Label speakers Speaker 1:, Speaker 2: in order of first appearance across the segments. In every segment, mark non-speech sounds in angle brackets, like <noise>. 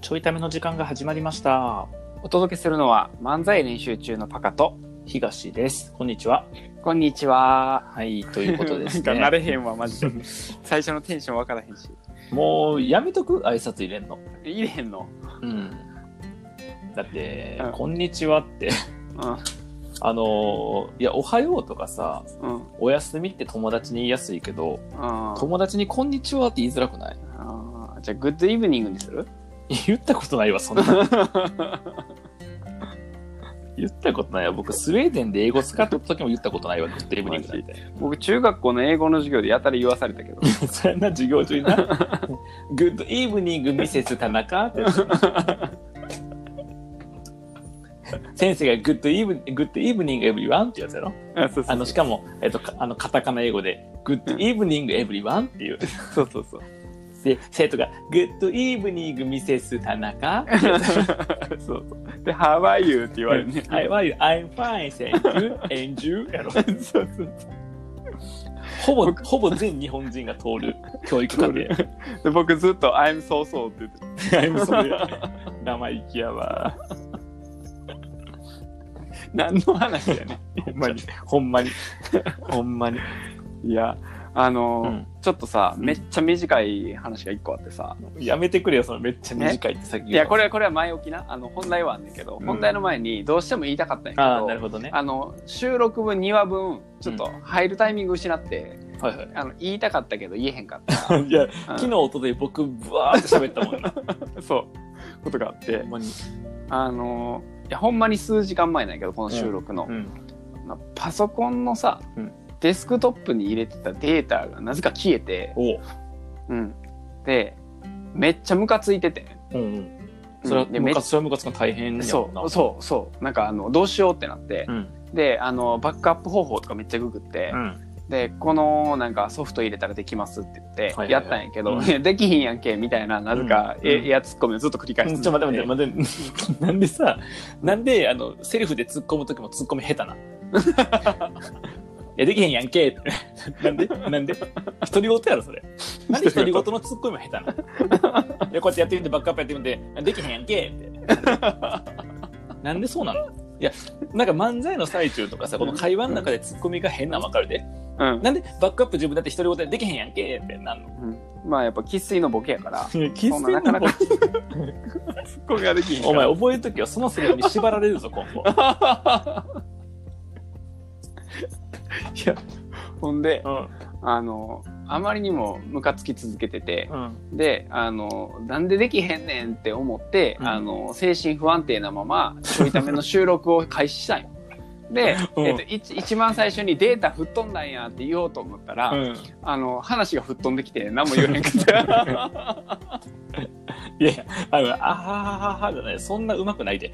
Speaker 1: ちょいための時間が始まりました。
Speaker 2: お届けするのは漫才練習中のパカと、
Speaker 1: 東です。こんにちは。
Speaker 2: こんにちは。
Speaker 1: はい、ということです
Speaker 2: <laughs> なんか
Speaker 1: ね。
Speaker 2: 慣れへんわ、マジで。最初のテンションわからへんし。
Speaker 1: もうやめとく挨拶入れんの。
Speaker 2: 入れへんの。
Speaker 1: うん。だって、
Speaker 2: うん
Speaker 1: こんにちはって、 <laughs> あのー、いや、おはようとかさ、
Speaker 2: うん、うん、うん。
Speaker 1: おやすみって友達に言いやすいけど、
Speaker 2: あ
Speaker 1: 友達にこんにちはって言いづらくない <laughs>
Speaker 2: ーじゃあ、グッドイブニングにする
Speaker 1: 言ったことないわ、そんな。
Speaker 2: <laughs>
Speaker 1: 言ったことないわ。僕、スウェーデンで英語使った時も言ったことないわ、グッドイブニングなんて。
Speaker 2: 僕、中学校の英語の授業でやたら言わされ
Speaker 1: <laughs>
Speaker 2: たけど。
Speaker 1: そんな授業中にな。グッドイブニングミセス田中って。先生がグッドイブグッドイブニングエブリワンってやつやろ
Speaker 2: あそうそう
Speaker 1: あのしかも、えっと、かあのカタカナ英語でグッドイブニングエブリワンっていう
Speaker 2: そうそうそう。
Speaker 1: で生徒がグッドイブニングミセス田中
Speaker 2: そうそう。 <laughs> で、How are you? って言われるね。
Speaker 1: はい、わゆ I'm fine, thank you, and you やろ
Speaker 2: そうそうそう
Speaker 1: ほぼほぼ全日本人が通る教育課程や
Speaker 2: で僕ずっと「I'm so so」って言っ
Speaker 1: いや
Speaker 2: て
Speaker 1: もうそれ <laughs> 生意気や
Speaker 2: <laughs>
Speaker 1: わ
Speaker 2: 何の話やね
Speaker 1: ほんまにほんまにほんまに
Speaker 2: いやあのー
Speaker 1: うん
Speaker 2: ちょっとさめっちゃ短い話が一個あってさ
Speaker 1: やめてくれよそのめっちゃ短いってさっき
Speaker 2: い
Speaker 1: 言
Speaker 2: や
Speaker 1: う
Speaker 2: これはこれは前置きなあの本題はあんねんけど、
Speaker 1: うん
Speaker 2: 本題の前にどうしても言いたかったんやけど
Speaker 1: ああなるほどね
Speaker 2: あの収録分2話分ちょっと入るタイミング失って、
Speaker 1: はいはい
Speaker 2: あの言いたかったけど言えへんかっ
Speaker 1: <laughs>
Speaker 2: た
Speaker 1: いや
Speaker 2: うん
Speaker 1: 昨日おととい僕ブワーって喋ったもん
Speaker 2: <laughs>
Speaker 1: な
Speaker 2: そうことがあって
Speaker 1: ほんまに
Speaker 2: あのーいやほんまに数時間前なんやけどこの収録の、
Speaker 1: うん
Speaker 2: まあパソコンのさ、
Speaker 1: うん
Speaker 2: デスクトップに入れてたデータがなぜか消えて、
Speaker 1: おう
Speaker 2: うん、でめっちゃムカついてて
Speaker 1: うんうんそれは
Speaker 2: うんでめ
Speaker 1: ム
Speaker 2: っ
Speaker 1: カそれはムカつくの大変やもんな
Speaker 2: そうそうそうなんかあのどうしようってなって
Speaker 1: う、ん
Speaker 2: であのバックアップ方法とかめっちゃググって、
Speaker 1: うん
Speaker 2: でこのなんかソフト入れたらできますって言って
Speaker 1: はいはいはい
Speaker 2: やったんやけど、
Speaker 1: うん
Speaker 2: いやできひんやんけみたいななぜか、
Speaker 1: うん
Speaker 2: え
Speaker 1: うん
Speaker 2: エアツッコミをずっと繰り返して
Speaker 1: ちょ待って待って待って <laughs> なんでさなんであのセルフで突っ込む時も突っ込み下手 <laughs> ないやできへんやんけ <laughs> ってなんでなんで独り言やろそれなんで独り言の突っ込みも下手なの
Speaker 2: <laughs>
Speaker 1: いやこうやってやってみてバックアップやってみてできへんやんけってなんでそうなのいやなんか漫才の最中とかさこの会話の中で突っ込みが変なの分かるで
Speaker 2: うん
Speaker 1: なんでバックアップ自分だって独り言でできへんやんけってなんの
Speaker 2: うんまあやっぱ生粋のボケやから
Speaker 1: いや気
Speaker 2: そんななかなかツッコミができひん <laughs>
Speaker 1: お前覚えときはそのセリフに縛られるぞ今後
Speaker 2: いやほんで
Speaker 1: うん
Speaker 2: あのあまりにもムカつき続けてて
Speaker 1: うん
Speaker 2: であのなんでできへんねんって思って、
Speaker 1: うん
Speaker 2: あの精神不安定なままちょいための収録を開
Speaker 1: <laughs>
Speaker 2: 始したんよ。で、
Speaker 1: うん
Speaker 2: えっと、一一番最初にデータ吹っ飛んだんやって言おうと思ったら、
Speaker 1: うん
Speaker 2: あの話が吹っ飛んできて何も言えへんかった。
Speaker 1: <laughs> いやいや、あの、あははははじゃない、そんなうまくないで。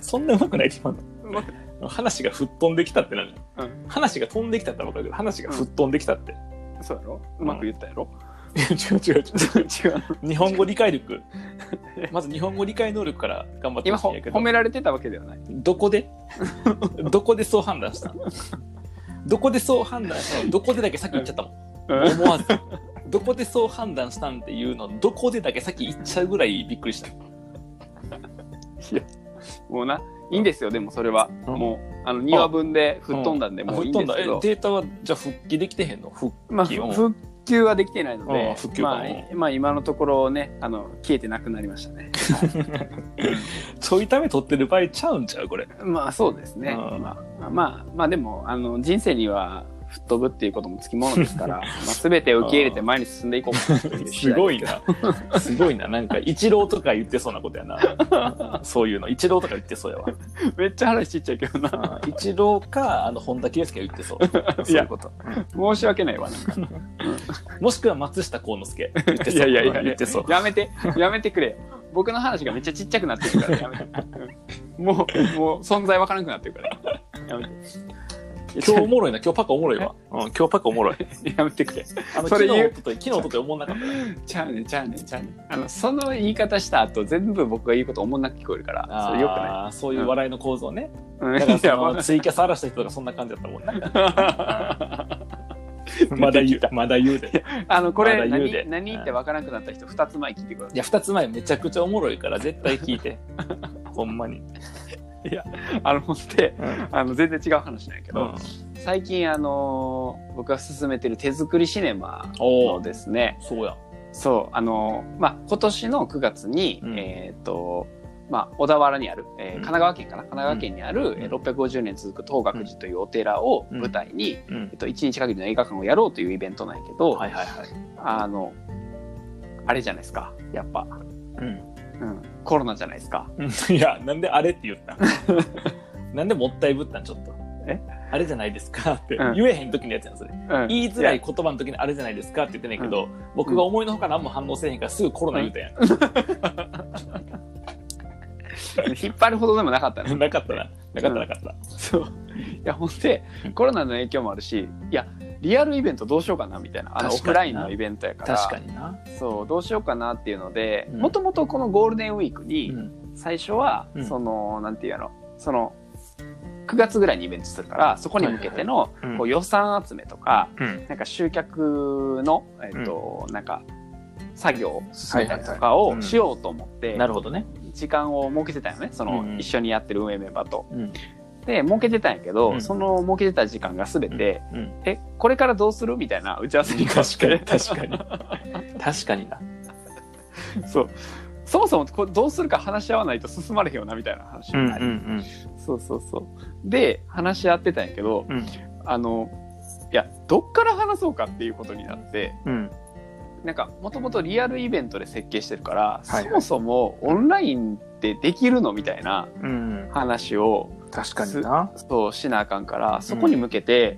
Speaker 1: そんなうまくないで、今
Speaker 2: 上手
Speaker 1: の。話が吹っ飛んできたってなる、
Speaker 2: うん
Speaker 1: 話が飛んできたってわかるけど、話が吹っ飛んできたって。
Speaker 2: そうやろうまく言ったやろ、
Speaker 1: 違う違う違
Speaker 2: 違う
Speaker 1: う。日本語理解力。まず日本語理解能力から頑張って <laughs>
Speaker 2: 今
Speaker 1: ほしい
Speaker 2: ほ
Speaker 1: んやけ
Speaker 2: 褒
Speaker 1: ど、
Speaker 2: められてたわけではない。
Speaker 1: どこでどこでそう判断したのどこでそう判断したのどこでだけ先言っちゃったもん。思わず。どこでそう判断したんっていうの、どこでだけ先言っちゃうぐらいびっくりした。
Speaker 2: もうないいんですよでもそれは、
Speaker 1: うん
Speaker 2: もうあの2話分で吹っ飛んだんで、もういいんですけど
Speaker 1: あ。吹っ飛んだえデータはじゃあ復帰できてへんの復
Speaker 2: まあ、
Speaker 1: 復旧を
Speaker 2: ふ復旧はできてないの
Speaker 1: うん
Speaker 2: で、
Speaker 1: 復旧か
Speaker 2: まあ、えまあ今のところねあの消えてなくなりました
Speaker 1: <laughs>
Speaker 2: ね
Speaker 1: ちょいため取ってる場合ちゃうんちゃうこれ
Speaker 2: まあそうですね、
Speaker 1: うん
Speaker 2: まあ、まあまあでもあの人生には吹っ飛ぶっていうこともつきものですから
Speaker 1: <laughs>
Speaker 2: まあ全てを受け入れて前に進んでいこうかという
Speaker 1: すごいなすごいななんか一郎とか言ってそうなことや
Speaker 2: <laughs>
Speaker 1: なそういうの一郎とか言ってそうや
Speaker 2: めっちゃ話ちっちゃいけどな
Speaker 1: わ一郎かあの本田圭佑が言ってそうそういうこと
Speaker 2: 申し訳ないわなんか
Speaker 1: もしくは松下幸之助言ってそう
Speaker 2: いやいやいやいや
Speaker 1: 言ってそう
Speaker 2: やめてやめてくれ僕の話がめっちゃちっちゃくなってるからや
Speaker 1: <laughs>
Speaker 2: めてうんもうもう存在わからなくなってるからやめて
Speaker 1: 今日おもろいな今日パカおもろいわ、うん、今日パカおもろい
Speaker 2: <laughs> やめてくれ
Speaker 1: あの
Speaker 2: そ
Speaker 1: 昨
Speaker 2: れ
Speaker 1: 日
Speaker 2: 言
Speaker 1: お
Speaker 2: う
Speaker 1: ととい昨日おとといおもんなかった
Speaker 2: ちゃうねんちゃうねんちゃうねんあのその言い方した後全部僕が言うことおもんなく聞こえるからそれよくない
Speaker 1: あーそういう笑いの構造ね、
Speaker 2: うん
Speaker 1: だから
Speaker 2: い
Speaker 1: そ
Speaker 2: や
Speaker 1: <laughs>
Speaker 2: わ
Speaker 1: のツイキャス荒らした人とかそんな感じだったもんな
Speaker 2: かんない
Speaker 1: まだ言う、まだ言うで。
Speaker 2: あの、こ
Speaker 1: ま
Speaker 2: れ
Speaker 1: だ言うで
Speaker 2: 何、何ってわからなくなった人、2つ前聞いてくださ
Speaker 1: いや、二つ前めちゃくちゃおもろいから、絶対聞いて。 <laughs> ほんまに。
Speaker 2: い。あの、ほんで、
Speaker 1: うん。
Speaker 2: あの、全然違う話なんやけど、最近、あのー、僕が進めてる手作りシネマ
Speaker 1: お
Speaker 2: の
Speaker 1: お、
Speaker 2: ですね、
Speaker 1: そうや。
Speaker 2: そう、あのー、まあ、今年の9月に、
Speaker 1: うん
Speaker 2: えーっと、まあ、小田原にある、えー
Speaker 1: うん
Speaker 2: 神奈川県かな神奈川県にある、
Speaker 1: ん
Speaker 2: えー650年続く東岳寺というお寺を舞台に、
Speaker 1: うん
Speaker 2: え。っと、1日限りの映画館をやろうというイベントなんやけど、
Speaker 1: はいはいはい。
Speaker 2: あの、あれじゃないですか、やっぱ。うん、コロナじゃないですか。
Speaker 1: うん。 <laughs> いや、なんであれって言った <laughs> んなんでもったいぶったん、ちょっと。
Speaker 2: え
Speaker 1: あれじゃないですかって
Speaker 2: うん
Speaker 1: 言えへん時のやつやん、それ。
Speaker 2: うん
Speaker 1: 言いづらい言葉の時にあれじゃないですかって言ってないけど、僕が思いのほか何も反応せえへんからすぐコロナ言うたやん。
Speaker 2: 引っ張るほどでもな
Speaker 1: <laughs>
Speaker 2: かったの
Speaker 1: なかったな。なかったなかった。
Speaker 2: そういやほんで
Speaker 1: うん
Speaker 2: コロナの影響もあるしいやリアルイベントどうしようかなみたいなあのオ
Speaker 1: 確かにな
Speaker 2: フラインのイベントやから
Speaker 1: 確かにな。
Speaker 2: そうどうしようかなっていうので
Speaker 1: うん
Speaker 2: もともとこのゴールデンウィーク
Speaker 1: う
Speaker 2: に
Speaker 1: ん。
Speaker 2: 最初は、
Speaker 1: うん
Speaker 2: そのなんていうのその9月ぐらいにイベントするからそこに向けての
Speaker 1: はいはいうん
Speaker 2: こう予算集めとか、
Speaker 1: うん。
Speaker 2: なんか集客の、えっとなんか作業を進めたりとか
Speaker 1: はいはいはいう
Speaker 2: を
Speaker 1: ん
Speaker 2: しようと思って、
Speaker 1: なるほどね。
Speaker 2: 時間を設けてたよねその、
Speaker 1: うんうん
Speaker 2: 一緒にやってる運営メンバーと。
Speaker 1: うん。
Speaker 2: で設けてたんやけど、
Speaker 1: うん
Speaker 2: その設けてた時間が全て、
Speaker 1: うん。
Speaker 2: えこれからどうするみたいな打ち合わせに関し
Speaker 1: 確か
Speaker 2: て
Speaker 1: に、確かに。 <laughs> 確かにな。
Speaker 2: <laughs> そうそもそもこれどうするか話し合わないと進まれへんよなみたいな話になり、
Speaker 1: ん
Speaker 2: そうそうそうで話し合ってたんやけど
Speaker 1: うん。
Speaker 2: あのいやどっから話そうかっていうことになって
Speaker 1: うん。
Speaker 2: なんかもともとリアルイベントで設計してるから、
Speaker 1: はいはい
Speaker 2: そもそもオンラインでできるのみたいな
Speaker 1: うん。
Speaker 2: 話を
Speaker 1: 確かにな。
Speaker 2: そうしなあかんからそこに向けて、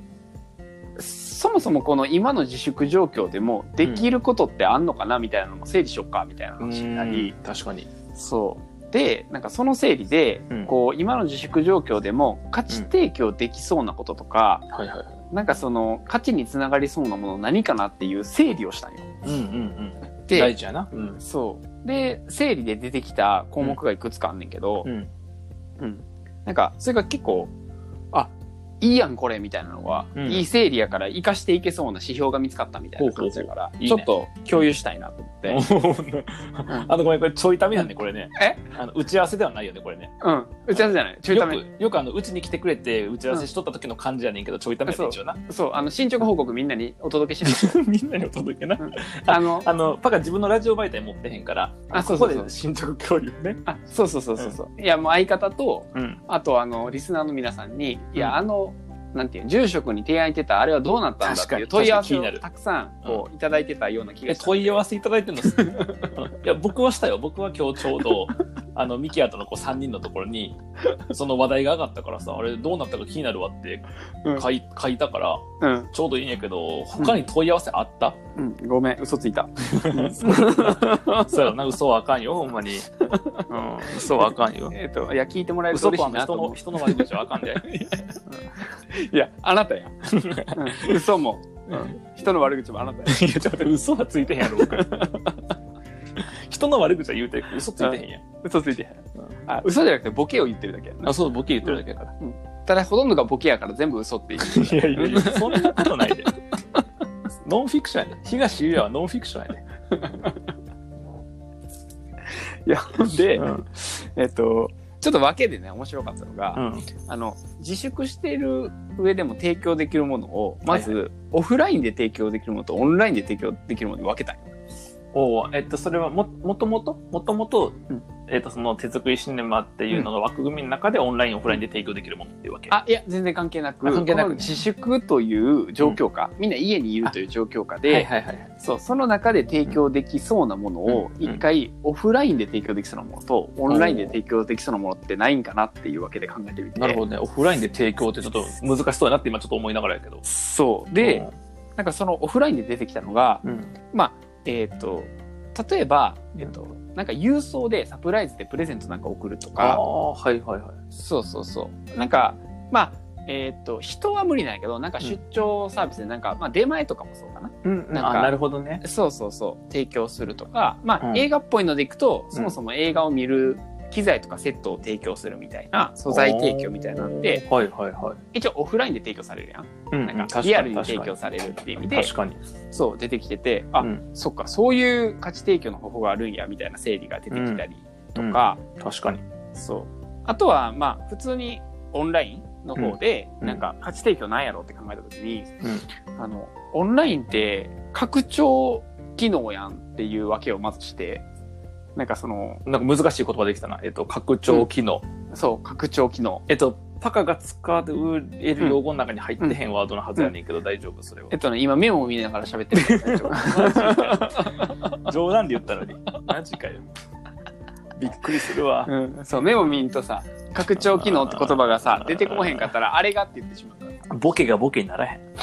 Speaker 2: そもそもこの今の自粛状況でもできることってあんのかなみたいなのも整理しよっかみたいな話になり、
Speaker 1: 確かに。
Speaker 2: そうでなんかその整理で、
Speaker 1: うん
Speaker 2: こう今の自粛状況でも価値提供できそうなこととか、
Speaker 1: はいはい。
Speaker 2: なんかその価値につながりそうなもの何かなっていう整理をしたんよ。
Speaker 1: うんうんうん。
Speaker 2: で
Speaker 1: 大事やな。うん。
Speaker 2: そうで整理で出てきた項目がいくつかあんねんけど、
Speaker 1: うん。
Speaker 2: うん、なんかそれが結構あいいやんこれみたいなのが、
Speaker 1: うん
Speaker 2: いい整理やから生かしていけそうな指標が見つかったみたいな感じだから
Speaker 1: ほうほうほういい
Speaker 2: ちょ
Speaker 1: ね
Speaker 2: っと共有したいなと思って、
Speaker 1: あの、ごめん、これちょいためなんで、これね。
Speaker 2: え
Speaker 1: あの、打ち合わせではないよね、これね。
Speaker 2: うん打ち合わせじゃない中た
Speaker 1: よ
Speaker 2: め
Speaker 1: く、よくあの、うちに来てくれて、打ち合わせしとった時の感じやねんけど、ちょいためやね一応な。
Speaker 2: そうあの進捗報告みんなにお届けして
Speaker 1: みんなに <laughs> お届けな。
Speaker 2: <laughs> あの
Speaker 1: あの、パカ自分のラジオ媒体持ってへんから、
Speaker 2: あ
Speaker 1: こ
Speaker 2: そうそ
Speaker 1: こ
Speaker 2: うそう
Speaker 1: で進捗共有ね。
Speaker 2: あそうそうそうそうそう、いやもう相方と
Speaker 1: うん。
Speaker 2: あとあのリスナーの皆さんに、
Speaker 1: ん
Speaker 2: いやあのなんていう住職に提案してたあれはどうなったんだっていう
Speaker 1: 確かに
Speaker 2: 問い合わせ
Speaker 1: 確かに気にな
Speaker 2: を
Speaker 1: る
Speaker 2: たくさんこういただいてたような気
Speaker 1: え
Speaker 2: がしたんで、
Speaker 1: 問い合わせいただいてるの <laughs> いや僕はしたよ僕は今日ちょうど <laughs> あのミキアとの子3人のところにその話題が上がったからさあれどうなったか気になるわって
Speaker 2: うん
Speaker 1: 書い,、書いたから
Speaker 2: うん、
Speaker 1: ちょうどいいんやけど他に問い合わせあ <laughs> った、
Speaker 2: うん、ごめん嘘ついた
Speaker 1: そうやろな嘘はあかんよほんまに、 <laughs> うん、嘘はあかんよ
Speaker 2: えっ、といや聞いてもらえると
Speaker 1: 嘘と
Speaker 2: 嬉し
Speaker 1: はい
Speaker 2: なと
Speaker 1: 人
Speaker 2: 思う
Speaker 1: の人の悪口はあかんで
Speaker 2: いや、あなたや。うん嘘も、うん人の悪口もあなたや。
Speaker 1: いやちょっと待って嘘はついてへんやろ僕人の悪口は言うてるけど嘘ついてへんやん
Speaker 2: 嘘ついてへん。あ嘘じゃなくてボケを言ってるだけやな
Speaker 1: あそうボケ言ってるだけやから
Speaker 2: ただほとんどがボケやから全部嘘って言う。
Speaker 1: いやいやいや、そんなことないで。ノンフィクションやで。東優也はノンフィクションやで。
Speaker 2: いや、ほんで、
Speaker 1: うん
Speaker 2: えっと、ちょっと分けでね、面白かったのが、
Speaker 1: ん。
Speaker 2: あの、自粛している上でも提供できるものを、まず、
Speaker 1: は
Speaker 2: オフラインで提供できるものとオンラインで提供できるものに分けたんよ
Speaker 1: おうえっと、それはも、もともと、もともと、
Speaker 2: うん
Speaker 1: えっと、その手作りシネマっていうのの枠組みの中でオンライン、オフラインで提供できるものっていうわけ。
Speaker 2: あ、いや、全然関係なく、
Speaker 1: あ関係なく
Speaker 2: この自粛という状況下、みんな家にいるという状況下で、
Speaker 1: はいはい。
Speaker 2: そうその中で提供できそうなものを
Speaker 1: うん
Speaker 2: 一回オフラインで提供できそうなものとオンラインで提供できそうなものってないんかなっていうわけで考えてみて
Speaker 1: なるほどね。オフラインで提供ってちょっと難しそうやなって今ちょっと思いながらやけど。
Speaker 2: そうで、なんかそのオフラインで出てきたのが
Speaker 1: うん。
Speaker 2: まあえっ、と例えば、
Speaker 1: うん
Speaker 2: えっとなんか郵送でサプライズでプレゼントなんか送ると
Speaker 1: あ
Speaker 2: か
Speaker 1: あ、はいはいはい。
Speaker 2: そうそうそうなんかまあえっ、と人は無理なんやけどなんか出張サービスでなんか、まあ、出前とかもそうかな
Speaker 1: うん
Speaker 2: なん
Speaker 1: あ
Speaker 2: か
Speaker 1: なるほどね。
Speaker 2: そうそうそう提供するとか、まあ
Speaker 1: うん
Speaker 2: 映画っぽいのでいくと、
Speaker 1: ん
Speaker 2: そもそも映画を見る機材とかセットを提供するみたいな素材提供みたいなんで
Speaker 1: はいはいはい。
Speaker 2: 一応オフラインで提供されるやん,、
Speaker 1: うん
Speaker 2: なんかリアルに提供されるっていう意味で
Speaker 1: 確かに。
Speaker 2: そう出てきててあ、
Speaker 1: うん
Speaker 2: そっかそういう価値提供の方法があるんやみたいな整理が出てきたりとか、
Speaker 1: 確かに。
Speaker 2: そうあとはまあ普通にオンラインの方で
Speaker 1: うん
Speaker 2: なんか価値提供なんやろって考えた時に、
Speaker 1: う
Speaker 2: あのオンラインって拡張機能やんっていうわけをまずしてなんかその
Speaker 1: なんか難しい言葉できたな。えっと、拡張機能。
Speaker 2: そう拡張機能
Speaker 1: えっと、パカが使うえる用語の中に入ってへんワードのはずやねんけど、大丈夫それは
Speaker 2: えっ。とね今メモを見ながら喋ってるから大
Speaker 1: <laughs>
Speaker 2: 丈夫
Speaker 1: 冗談で言ったのに。マジかよ。びっくりするわ。
Speaker 2: うん、そうメモ見んとさ拡張機能って言葉がさ出てこへんかったらあれがって言ってしまうからさ
Speaker 1: ボケがボケにならへん。 <laughs>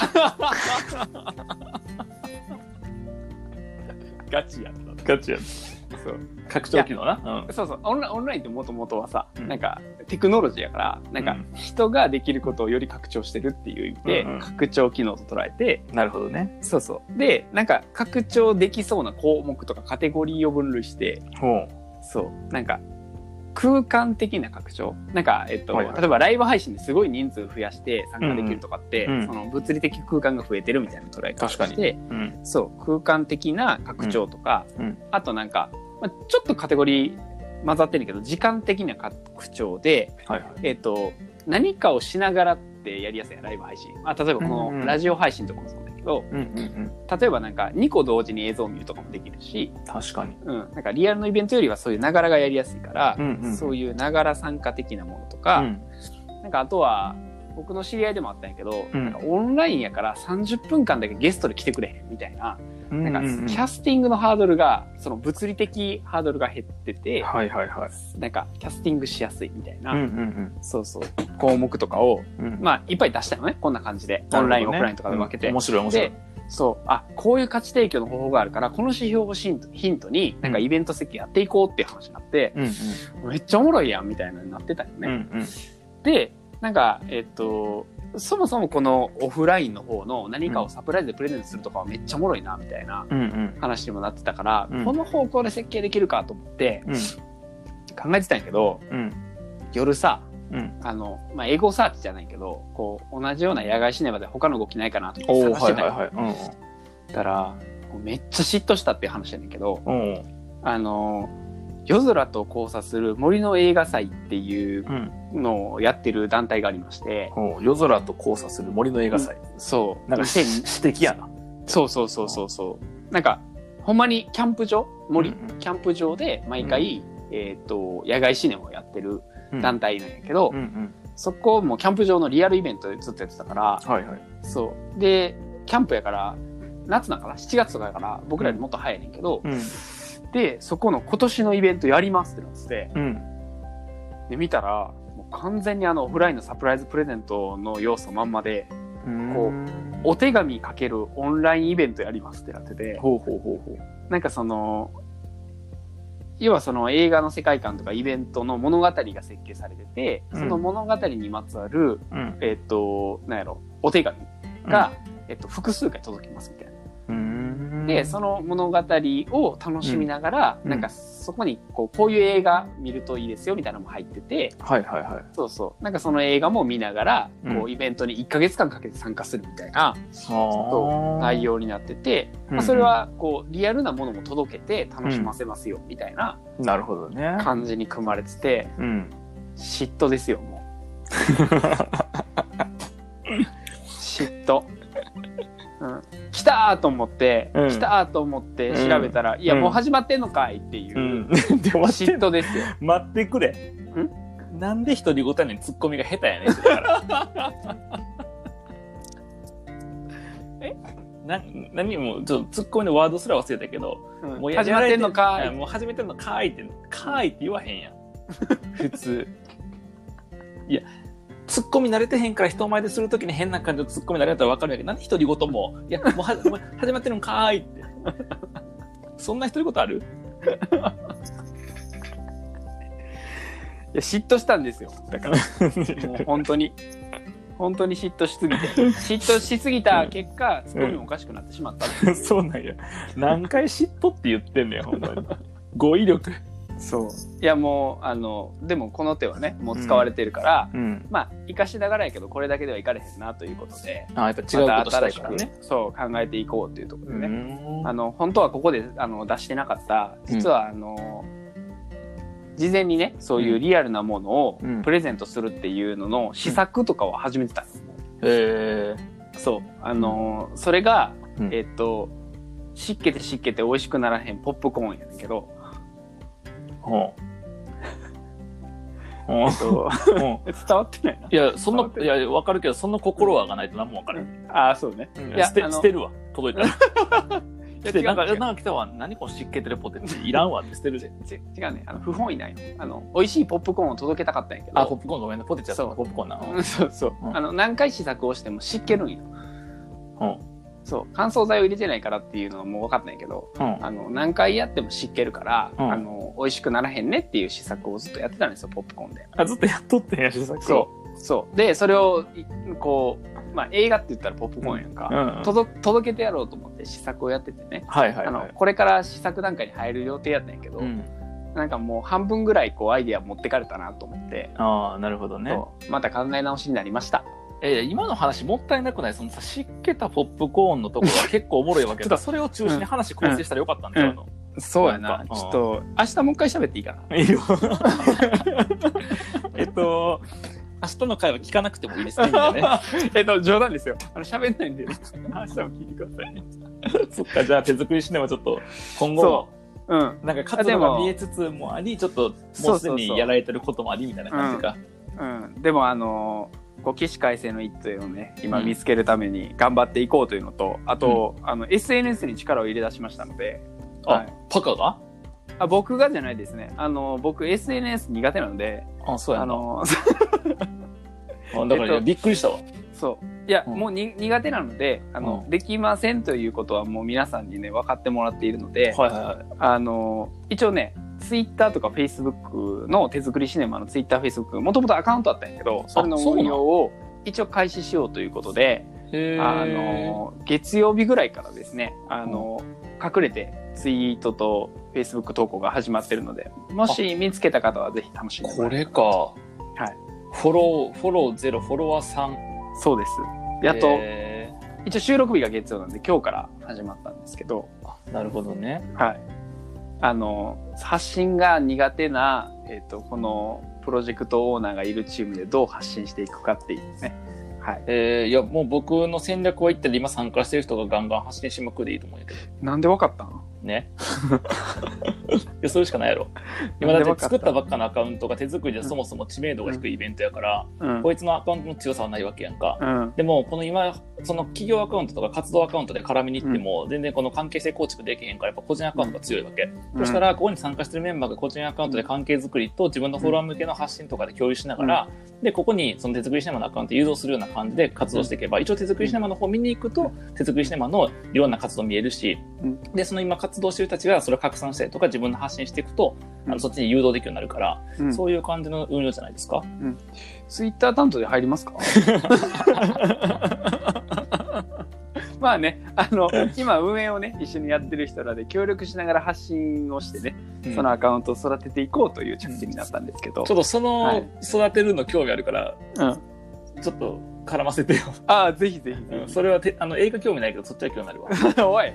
Speaker 1: ガチやった。ガチやった。
Speaker 2: そう
Speaker 1: 拡張機能な。
Speaker 2: そうそうオンラオンラインってもともとはさ、
Speaker 1: うん
Speaker 2: なんかテクノロジーやからなん
Speaker 1: う
Speaker 2: か
Speaker 1: ん
Speaker 2: 人ができることをより拡張してるっていう意味で、
Speaker 1: うんうん
Speaker 2: 拡張機能と捉えて
Speaker 1: うん。なるほどね。
Speaker 2: そうそうでなんか拡張できそうな項目とかカテゴリーを分類して
Speaker 1: ほ
Speaker 2: そうなんか空間的な拡張なんか、えっと
Speaker 1: はいはい
Speaker 2: 例えばライブ配信ですごい人数増やして参加できるとかって、
Speaker 1: うんうん
Speaker 2: その物理的空間が増えてるみたいな捉え方を
Speaker 1: 確かに
Speaker 2: して
Speaker 1: う。うん。
Speaker 2: そう空間的な拡張とか、
Speaker 1: うんうん
Speaker 2: あとなんか、まあ、ちょっとカテゴリー混ざってるけど時間的な拡張で、
Speaker 1: はいはい。
Speaker 2: えっと何かをしながらってやりやすいやんライブ配信、まあ、例えばこ
Speaker 1: うんうん
Speaker 2: のラジオ配信とかもそうだけど、
Speaker 1: うんうんうん。
Speaker 2: 例えばなんか2個同時に映像を見るとかもできるし、
Speaker 1: 確かに。
Speaker 2: うん、なんかリアルのイベントよりはそういうながらがやりやすいから、
Speaker 1: うんうん
Speaker 2: そういうながら参加的なものとか、
Speaker 1: うん
Speaker 2: なんかあとは僕の知り合いでもあったんやけど、
Speaker 1: うん
Speaker 2: なんかオンラインやから30分間だけゲストで来てくれへんみたいな。
Speaker 1: うん
Speaker 2: な
Speaker 1: うんん
Speaker 2: かキャスティングのハードルがその物理的ハードルが減ってて
Speaker 1: はいはいはい。
Speaker 2: なんかキャスティングしやすいみたいな、
Speaker 1: ん
Speaker 2: そうそう項目とかを、
Speaker 1: うんうん。
Speaker 2: まあ、いっぱい出したよねこんな感じでオンライン、オフラインとかで分け
Speaker 1: う
Speaker 2: て、
Speaker 1: ん面白い面白い
Speaker 2: で。そうあこういう価値提供の方法があるからこの指標をヒントヒントになんかイベント設計やっていこうっていう話になって、
Speaker 1: うんうん
Speaker 2: めっちゃおもろいやんみたいなのになってたよね。
Speaker 1: うん
Speaker 2: でなんかえっとそもそもこのオフラインの方の何かをサプライズでプレゼントするとかはめっちゃおもろいなみたいな
Speaker 1: うんうん
Speaker 2: 話にもなってたから、
Speaker 1: うん
Speaker 2: この方向で設計できるかと思って
Speaker 1: うん
Speaker 2: 考えてたんやけど
Speaker 1: うん
Speaker 2: 夜さ
Speaker 1: うん
Speaker 2: あの、まあ、エゴサーチじゃないけどこう同じような野外シネマで他の動きないかなと
Speaker 1: お
Speaker 2: 思
Speaker 1: お
Speaker 2: って探し
Speaker 1: はい
Speaker 2: てたん
Speaker 1: は
Speaker 2: や
Speaker 1: いはい
Speaker 2: ったらもうめっちゃ嫉妬したっていう話やねんけど
Speaker 1: うんうん
Speaker 2: あの夜空と交差する森の映画祭っていう
Speaker 1: うん
Speaker 2: のをやってる団体がありまして
Speaker 1: おー夜空と交差する森の映画祭
Speaker 2: そう
Speaker 1: なんか詩
Speaker 2: 2000
Speaker 1: 的やな
Speaker 2: そうそうそうそうそうなんかほんまにキャンプ場森、
Speaker 1: うんうん
Speaker 2: キャンプ場で毎回、えっ、と野外シネマをやってる団体なんやけど、
Speaker 1: うんうん
Speaker 2: そこもキャンプ場のリアルイベントでずっとやってたから、
Speaker 1: はいはい
Speaker 2: そう。で、キャンプやから、夏なんかな ?7 月とかやから、僕らよりもっと早いねんけど、
Speaker 1: うん
Speaker 2: で、そこの今年のイベントやりますってなってて、
Speaker 1: うん
Speaker 2: で、見たら、もう完全にあのオフラインのサプライズプレゼントの要素まんまで、こお手紙かけるオンラインイベントやりますってなってて、
Speaker 1: ほうほうほうほう
Speaker 2: なんかその、要はその映画の世界観とかイベントの物語が設計されてて、その物語にまつわる、
Speaker 1: うん
Speaker 2: えっ、と、なんやろ、お手紙が、えっと、複数回届きますみたいな。
Speaker 1: うん
Speaker 2: で、その物語を楽しみながら、
Speaker 1: うん
Speaker 2: なんかそこにこう、こういう映画見るといいですよみたいなのも入ってて、
Speaker 1: はいはいはい
Speaker 2: そうそう。なんかその映画も見ながら、こ
Speaker 1: うん
Speaker 2: う、イベントに1ヶ月間かけて参加するみたいな
Speaker 1: そう
Speaker 2: 内容になってて、まあ、それはこう、リアルなものも届けて楽しませますよみたいな
Speaker 1: なるほどね
Speaker 2: 感じに組まれてて、 <laughs>
Speaker 1: うん
Speaker 2: 嫉妬ですよ、もう。
Speaker 1: <laughs>
Speaker 2: 嫉妬。うん、来たーと思って、
Speaker 1: うん
Speaker 2: 来たーと思って調べたら、いや、もう始まってんのかいっていう。
Speaker 1: うん <laughs> でも
Speaker 2: 嫉妬ですよ。
Speaker 1: 待ってくれ。なんで独り言にツッコミが下手やねん。
Speaker 2: <laughs>
Speaker 1: えな何もちょっとツッコミのワードすら忘れたけど、
Speaker 2: もう始まってんのか
Speaker 1: いや
Speaker 2: い。
Speaker 1: もう始めてんのかーいって、かーいって言わへんやん。普通。いや、ツッコミ慣れてへんから人前でするときに変な感じのツッコミ慣れたらわかるんやけど、なんで独り言も、いや、もうはもう始まってんのかーいって。そんな独り言あ
Speaker 2: <laughs>
Speaker 1: る
Speaker 2: いや嫉妬したんですよ。
Speaker 1: <laughs>
Speaker 2: だから、もう本当に。本当に嫉妬しすぎ
Speaker 1: <laughs>
Speaker 2: て。嫉妬しすぎた結果、ツッコミもおかしくなって
Speaker 1: <laughs>
Speaker 2: しまった。
Speaker 1: そうなんや。何回嫉妬って言ってんねん、ほんまに。語彙力。そう。
Speaker 2: いやもうあのでもこの手はねもう使われてるから、
Speaker 1: うん。
Speaker 2: まあ生かしながらやけどこれだけでは生かれへんなということで
Speaker 1: あやっぱ違う
Speaker 2: ま
Speaker 1: ことしたいからね。
Speaker 2: くそう考えていこうというところでね、
Speaker 1: うん
Speaker 2: あの本当はここであの出してなかった実はあの、事前にねそういうリアルなものを
Speaker 1: うん
Speaker 2: プレゼントするっていうのの試作とかを始めてたんです、
Speaker 1: へえ。
Speaker 2: そうあのそれが、
Speaker 1: うん
Speaker 2: えっと湿気て湿気て美味しくならへんポップコーンやねんけど、
Speaker 1: ほう。ほう
Speaker 2: えっと <laughs>
Speaker 1: ほ
Speaker 2: 伝わってないう
Speaker 1: <laughs> 。いや、そんな、いや、わかるけど、その心はがないと何もわからへん。
Speaker 2: なああそうね
Speaker 1: うん
Speaker 2: いや
Speaker 1: 捨て
Speaker 2: あの
Speaker 1: 捨てるわ。届いたら。
Speaker 2: <laughs> いや
Speaker 1: 捨て
Speaker 2: 違
Speaker 1: な
Speaker 2: うん
Speaker 1: か、
Speaker 2: 違う
Speaker 1: なんか来たわ。何この湿気てるポテチ。いらんわって <laughs> 捨てるで。
Speaker 2: 違う違うねあの不本意ないあの美味しいポップコーンを届けたかったんやけど
Speaker 1: あ、ポップコーンごめんね。ポテチだった
Speaker 2: そう
Speaker 1: ポップコーンな。
Speaker 2: うんそうそう、
Speaker 1: うん
Speaker 2: あの何回試作をしても湿気るんよ
Speaker 1: うん。
Speaker 2: そう乾燥剤を入れてないからっていうのはもう分かんないけど
Speaker 1: うん。
Speaker 2: あの何回やっても湿気るから、
Speaker 1: うん
Speaker 2: あの美味しくならへんねっていう試作をずっとやってたんですよポップコーンで
Speaker 1: あ、ずっとやっとってんやし、さっき。
Speaker 2: そうそうでそれをいこう、まあ、映画って言ったらポップコーンやん
Speaker 1: う
Speaker 2: か、
Speaker 1: ん。
Speaker 2: 届届けてやろうと思って試作をやっててね、
Speaker 1: はいはいは
Speaker 2: あの
Speaker 1: い。
Speaker 2: これから試作段階に入る予定やったんやけど、
Speaker 1: うん。
Speaker 2: なんかもう半分ぐらいこうアイデア持ってかれたなと思って、
Speaker 1: ああ、なるほどね。
Speaker 2: そうまた考え直しになりました
Speaker 1: えー今の話もったいなくないそのさ湿気たポップコーンのところが結構おもろいわけ <laughs>
Speaker 2: ちょっ
Speaker 1: だ
Speaker 2: と
Speaker 1: それを中心に話構成したらよかったんだよ、
Speaker 2: うん
Speaker 1: あの
Speaker 2: そう
Speaker 1: やな
Speaker 2: ちょっと明日もう一回喋っていいかない
Speaker 1: いよ <laughs> えっと明日の会は聞かなくてもいいですねみたいなね
Speaker 2: <laughs> えっと冗談ですよあの喋んないんで <laughs> 明日も聞いてください
Speaker 1: <laughs> そっかじゃあ手作りしてもちょっと今後
Speaker 2: そ
Speaker 1: も
Speaker 2: ううん
Speaker 1: なんか活動が見えつつもありちょっともうすで
Speaker 2: そうそうそ
Speaker 1: に
Speaker 2: う
Speaker 1: やられてることもありみたいな感じか
Speaker 2: うん、でもあのーこう起死回生の一手をね今
Speaker 1: うん
Speaker 2: 見つけるために頑張っていこうというのと、あと、あの SNS に力を入れ出しましたので、
Speaker 1: あ、
Speaker 2: はい
Speaker 1: パカが
Speaker 2: あ僕がじゃないですねあの僕 SNS 苦手なので
Speaker 1: あそうや
Speaker 2: あ
Speaker 1: な
Speaker 2: の <laughs>
Speaker 1: あだから、
Speaker 2: えっと
Speaker 1: びっくりしたわ
Speaker 2: そういや、
Speaker 1: うん
Speaker 2: もうに苦手なのであの、
Speaker 1: う
Speaker 2: できませんということはもう皆さんにね分かってもらっているので、
Speaker 1: はいはいはい
Speaker 2: あの一応ねツイッターとかフェイスブックの手作りシネマのツイッターフェイスブックもともとアカウントあったんやけどそれの
Speaker 1: そうなん
Speaker 2: 運用を一応開始しようということで
Speaker 1: へー
Speaker 2: あの月曜日ぐらいからですねあの、隠れてツイートとフェイスブック投稿が始まってるのでもし見つけた方はぜひ楽しんでも
Speaker 1: こ
Speaker 2: らえ
Speaker 1: れ
Speaker 2: た
Speaker 1: から
Speaker 2: い
Speaker 1: フォローフォローゼロフォロワー3
Speaker 2: そうですであと、
Speaker 1: え
Speaker 2: 一応収録日が月曜なんで今日から始まったんですけど
Speaker 1: ーなるほどね。
Speaker 2: はいあの発信が苦手な、えっとこのプロジェクトオーナーがいるチームでどう発信していくかっていうねはい
Speaker 1: えーいや、もう僕の戦略は言ったら今参加してる人がガンガン発信しまくりでいいと思うんやけど
Speaker 2: なんでわかったん <laughs>
Speaker 1: ね。いや、それしかないやろ。今だって作ったばっかのアカウントが手作りでそもそも知名度が低いイベントやから、
Speaker 2: うん
Speaker 1: こいつのアカウントの強さはないわけやんか。
Speaker 2: うん
Speaker 1: でも、この今、その企業アカウントとか活動アカウントで絡みに行っても、全然この関係性構築できへんから、やっぱ個人アカウントが強いわけ。そしたら、ここに参加してるメンバーが個人アカウントで関係づくりと自分のフォロワー向けの発信とかで共有しながら、で、ここにその手作りシネマのアカウント誘導するような感じで活動していけば、一応手作りシネマの方見に行くと、手作りシネマのいろんな活動見えるし
Speaker 2: うん、
Speaker 1: で、その今活動してる人たちがそれを拡散したりとか自分の発信していくと、あのそっちに誘導できるようになるから、
Speaker 2: うん
Speaker 1: そういう感じの運用じゃないです
Speaker 2: <laughs>
Speaker 1: か。
Speaker 2: ツイッター担当で入りますか <laughs> まあねあの今運営をね一緒にやってる人らで協力しながら発信をしてね、その
Speaker 1: うん
Speaker 2: アカウントを育てていこうという着地になったんですけど
Speaker 1: ちょ、っとそ
Speaker 2: は
Speaker 1: の
Speaker 2: い
Speaker 1: 育てるの興味あるから、
Speaker 2: うん、あ
Speaker 1: ちょっと絡ませてよ。
Speaker 2: あぜひぜひ
Speaker 1: うん
Speaker 2: ぜ
Speaker 1: それはてあの映画興味ないけどそっちは興味あるわ。
Speaker 2: ひ <laughs> おい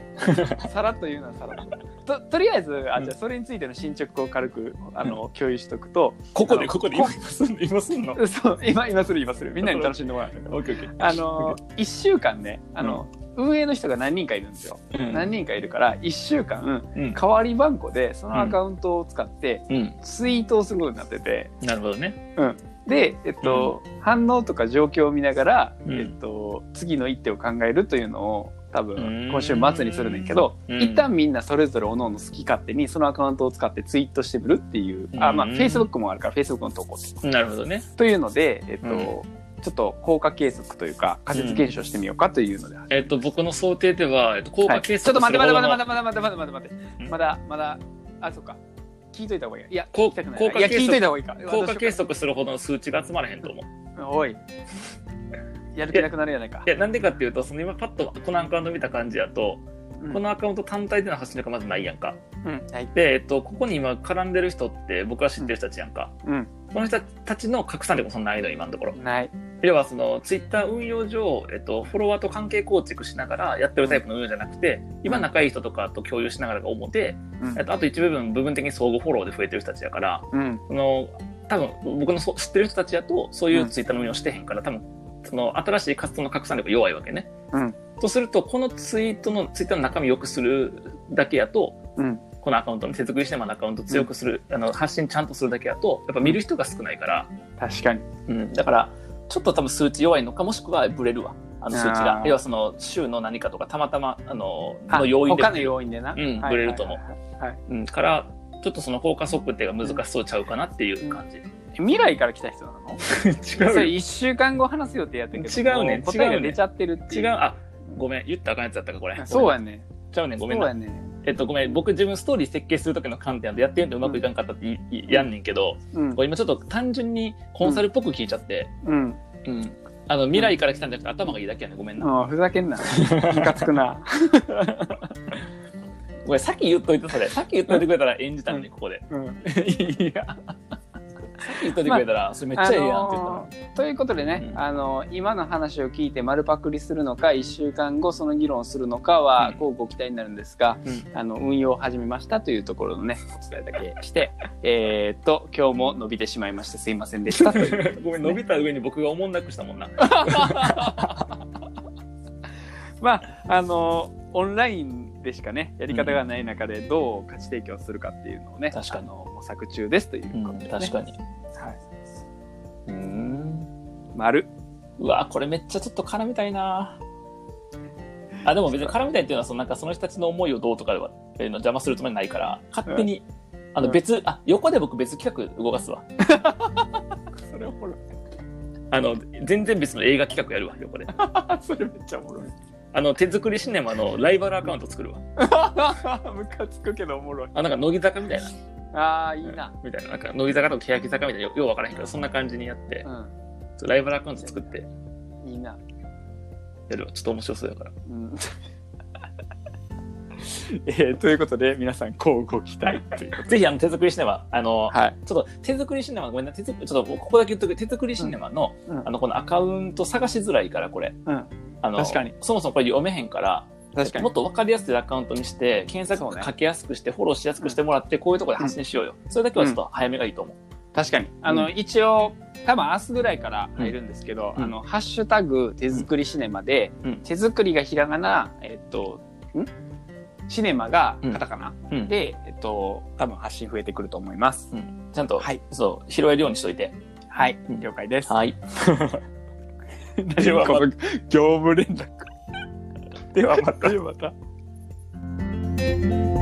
Speaker 2: さらっと言うなさらっとととりあえずあじゃあそれについての進捗を軽くあの共有しとくと <laughs>
Speaker 1: ここ
Speaker 2: あ
Speaker 1: で
Speaker 2: の
Speaker 1: ここで今すんの今すんの。
Speaker 2: そう今今する今するみんなに楽しんでも
Speaker 1: <laughs>
Speaker 2: らう
Speaker 1: オッケーオッケー。
Speaker 2: あの1週間ねあの、運営の人が何人かいるんですよ
Speaker 1: うん
Speaker 2: 何人かいるから1週間
Speaker 1: うん
Speaker 2: 代わり番号でそのアカウントを使って
Speaker 1: うん
Speaker 2: ツイートをすることになってて
Speaker 1: なるほどね。
Speaker 2: で、えっと反応とか状況を見ながら、
Speaker 1: うん
Speaker 2: えっと、次の一手を考えるというのを多
Speaker 1: うん
Speaker 2: 分今週末にするねんけど
Speaker 1: うん
Speaker 2: 一旦みんなそれぞれおのの好き勝手にそのアカウントを使ってツイートしてみるっていうあまあ
Speaker 1: う
Speaker 2: フ
Speaker 1: ん
Speaker 2: ェイスブックもあるからフェイスブックの投稿
Speaker 1: なるほどね。
Speaker 2: というので、えっと
Speaker 1: うん
Speaker 2: ちょっと効果計測というか仮説検証してみようかというので
Speaker 1: えっと僕の想定ではえっと効
Speaker 2: は
Speaker 1: 果
Speaker 2: いち
Speaker 1: 計
Speaker 2: ょっと
Speaker 1: 測
Speaker 2: 待って
Speaker 1: する
Speaker 2: 待っ
Speaker 1: ほ
Speaker 2: て
Speaker 1: どの
Speaker 2: 待って待って待って待って待って
Speaker 1: ん
Speaker 2: まだまだあそっか聞いといた方がいいいや
Speaker 1: こう
Speaker 2: 聞きたくない
Speaker 1: 効
Speaker 2: な
Speaker 1: 果
Speaker 2: いや
Speaker 1: 計測
Speaker 2: 聞いといた方がいいか
Speaker 1: 効果計
Speaker 2: どうしよ
Speaker 1: 測するほどの数値が集まらへんと思う。
Speaker 2: うかおいやる気なくなるやないか
Speaker 1: いやなんでかっていうとその今パッとこのアカウント見た感じやとこのアカウント単体での発信力はまずないやんか。
Speaker 2: うんはい
Speaker 1: で、えっと、ここに今絡んでる人って僕が知ってる人たちやんか。
Speaker 2: うん
Speaker 1: この人たちの拡散力もそんなないのよ今のところ。
Speaker 2: ない
Speaker 1: 要はそのツイッター運用上、えっと、フォロワーと関係構築しながらやってるタイプの運用じゃなくて、今仲いい人とかと共有しながらが表、
Speaker 2: うん
Speaker 1: えっと、あと一部分部分的に相互フォローで増えてる人たちやから、
Speaker 2: うん
Speaker 1: その多分僕のそ知ってる人たちやとそういうツイッターの運用してへんから多分その新しい活動の拡散力が弱いわけね。
Speaker 2: うん
Speaker 1: とするとこのツイートのツイッターの中身良くするだけやと
Speaker 2: うん
Speaker 1: このアカウントの手作りしてものアカウント強くする、あの発信ちゃんとするだけやとやっぱ見る人が少ないから、
Speaker 2: 確かに
Speaker 1: うん、だからちょっと多分数値弱いのかもしくはブレるわあの数値が
Speaker 2: あー
Speaker 1: 要はその週の何かとかたまたまあの
Speaker 2: あ
Speaker 1: の要因で
Speaker 2: 他の要因でな
Speaker 1: うん
Speaker 2: はい
Speaker 1: ぶれると思う
Speaker 2: はいはいはい
Speaker 1: うん、からちょっとその効果測定が難しそうちゃうかなっていう <laughs> 感じ、
Speaker 2: 未来から来た人な
Speaker 1: <laughs> 違
Speaker 2: のそれ1週間後話すよってやったけど
Speaker 1: 違うね
Speaker 2: も答え
Speaker 1: 違う
Speaker 2: が
Speaker 1: ね
Speaker 2: 出ちゃってるってい
Speaker 1: 違うあごめん言ったらあかんやつだったかこれ
Speaker 2: そう
Speaker 1: や
Speaker 2: やね
Speaker 1: ちゃうねんご
Speaker 2: そう
Speaker 1: めんな
Speaker 2: やね
Speaker 1: えっとごめん僕自分ストーリー設計する時の観点でやってんとうまくいかんかったってい、いやんねんけど
Speaker 2: うん
Speaker 1: これ今ちょっと単純にコンサルっぽく聞いちゃって、
Speaker 2: うん
Speaker 1: うんあの未来から来たんじゃなくて頭がいいだけやねんごめんな、
Speaker 2: ああふざ
Speaker 1: <laughs>
Speaker 2: けんなムカつくな
Speaker 1: ごめんさっき言っといてそれさっき言っといてくれたら演じたのにここで
Speaker 2: うん
Speaker 1: いや、さっき言っといてくれたら、それめっちゃええやんって言ったの
Speaker 2: あのーということでね、
Speaker 1: うん
Speaker 2: あのー今の話を聞いて丸パクリするのか1週間後その議論をするのかは
Speaker 1: うん
Speaker 2: こうご期待になるんですが、
Speaker 1: うん
Speaker 2: あの運用を始めましたというところのねお伝えだけして <laughs> えーっと今日も伸びてしまいましてすいませんで <laughs> したということですね
Speaker 1: ごめん、伸びた上に僕がおもんなくしたもんな。
Speaker 2: まああのオンラインでしかねやり方がない中でどう価値提供するかっていうのを
Speaker 1: <laughs>
Speaker 2: ね、
Speaker 1: 確かに
Speaker 2: あの模索中ですということで、ね
Speaker 1: 確かに。
Speaker 2: はい、
Speaker 1: うん。
Speaker 2: 丸
Speaker 1: うわ、これめっちゃちょっと絡みたいな。あ、でも別に絡みたいっていうのは、そのなんかその人たちの思いをどうとかは、えーの邪魔するつもりないから、勝手に、あの
Speaker 2: うん
Speaker 1: 別、あ、横で僕別企画動かすわ。
Speaker 2: それおもろい <laughs>
Speaker 1: あの、全然別の映画企画やるわ、横で。
Speaker 2: それめっちゃおも <laughs> ろい
Speaker 1: あの、手作りシネマのライバルアカウント作るわ。
Speaker 2: ムカつくけどおもろい
Speaker 1: あ、なんか乃木坂みたいな。
Speaker 2: ああいいな、
Speaker 1: みたいな、なんか乃木坂とか欅坂みたいな、よようわからへんけど、そんな感じにやって
Speaker 2: う、
Speaker 1: ライバルアカウント作って
Speaker 2: ん、いいな、
Speaker 1: やるわ。ちょっと面白そうだから。
Speaker 2: うん、 <laughs> えーということで皆さんこうご期待ということで
Speaker 1: ぜひ、あの、手作りシネマ、あの、
Speaker 2: はい、
Speaker 1: ちょっと手作りシネマ、ごめんな、手作ちょっとここだけ言っとくけど手作りシネマの、
Speaker 2: うん
Speaker 1: あの、このアカウント探しづらいから、これ。
Speaker 2: うん
Speaker 1: あの
Speaker 2: 確かに
Speaker 1: そもそもこれ読めへんから
Speaker 2: 確かに
Speaker 1: もっと分かりやすいアカウントにして検索
Speaker 2: そうね
Speaker 1: かけやすくして、フォローしやすくしてもらってこういうところで発信しようよ、それだけはちょっと早めがいいと思う、
Speaker 2: 確かにあの、一応多分明日ぐらいから入るんですけど「
Speaker 1: うん
Speaker 2: あのハッシュタグ手作りシネマで」
Speaker 1: うん
Speaker 2: 手作りがひらがなえっとんシネマがカタカナ、
Speaker 1: うん
Speaker 2: で、えっと、多分発信増えてくると思います。
Speaker 1: ちゃんと、
Speaker 2: はい
Speaker 1: そう拾えるようにしといて
Speaker 2: はい、
Speaker 1: うん
Speaker 2: 了解です。
Speaker 1: はい <laughs>
Speaker 2: ではまた <laughs> 業務連絡。ではまた。ではまた。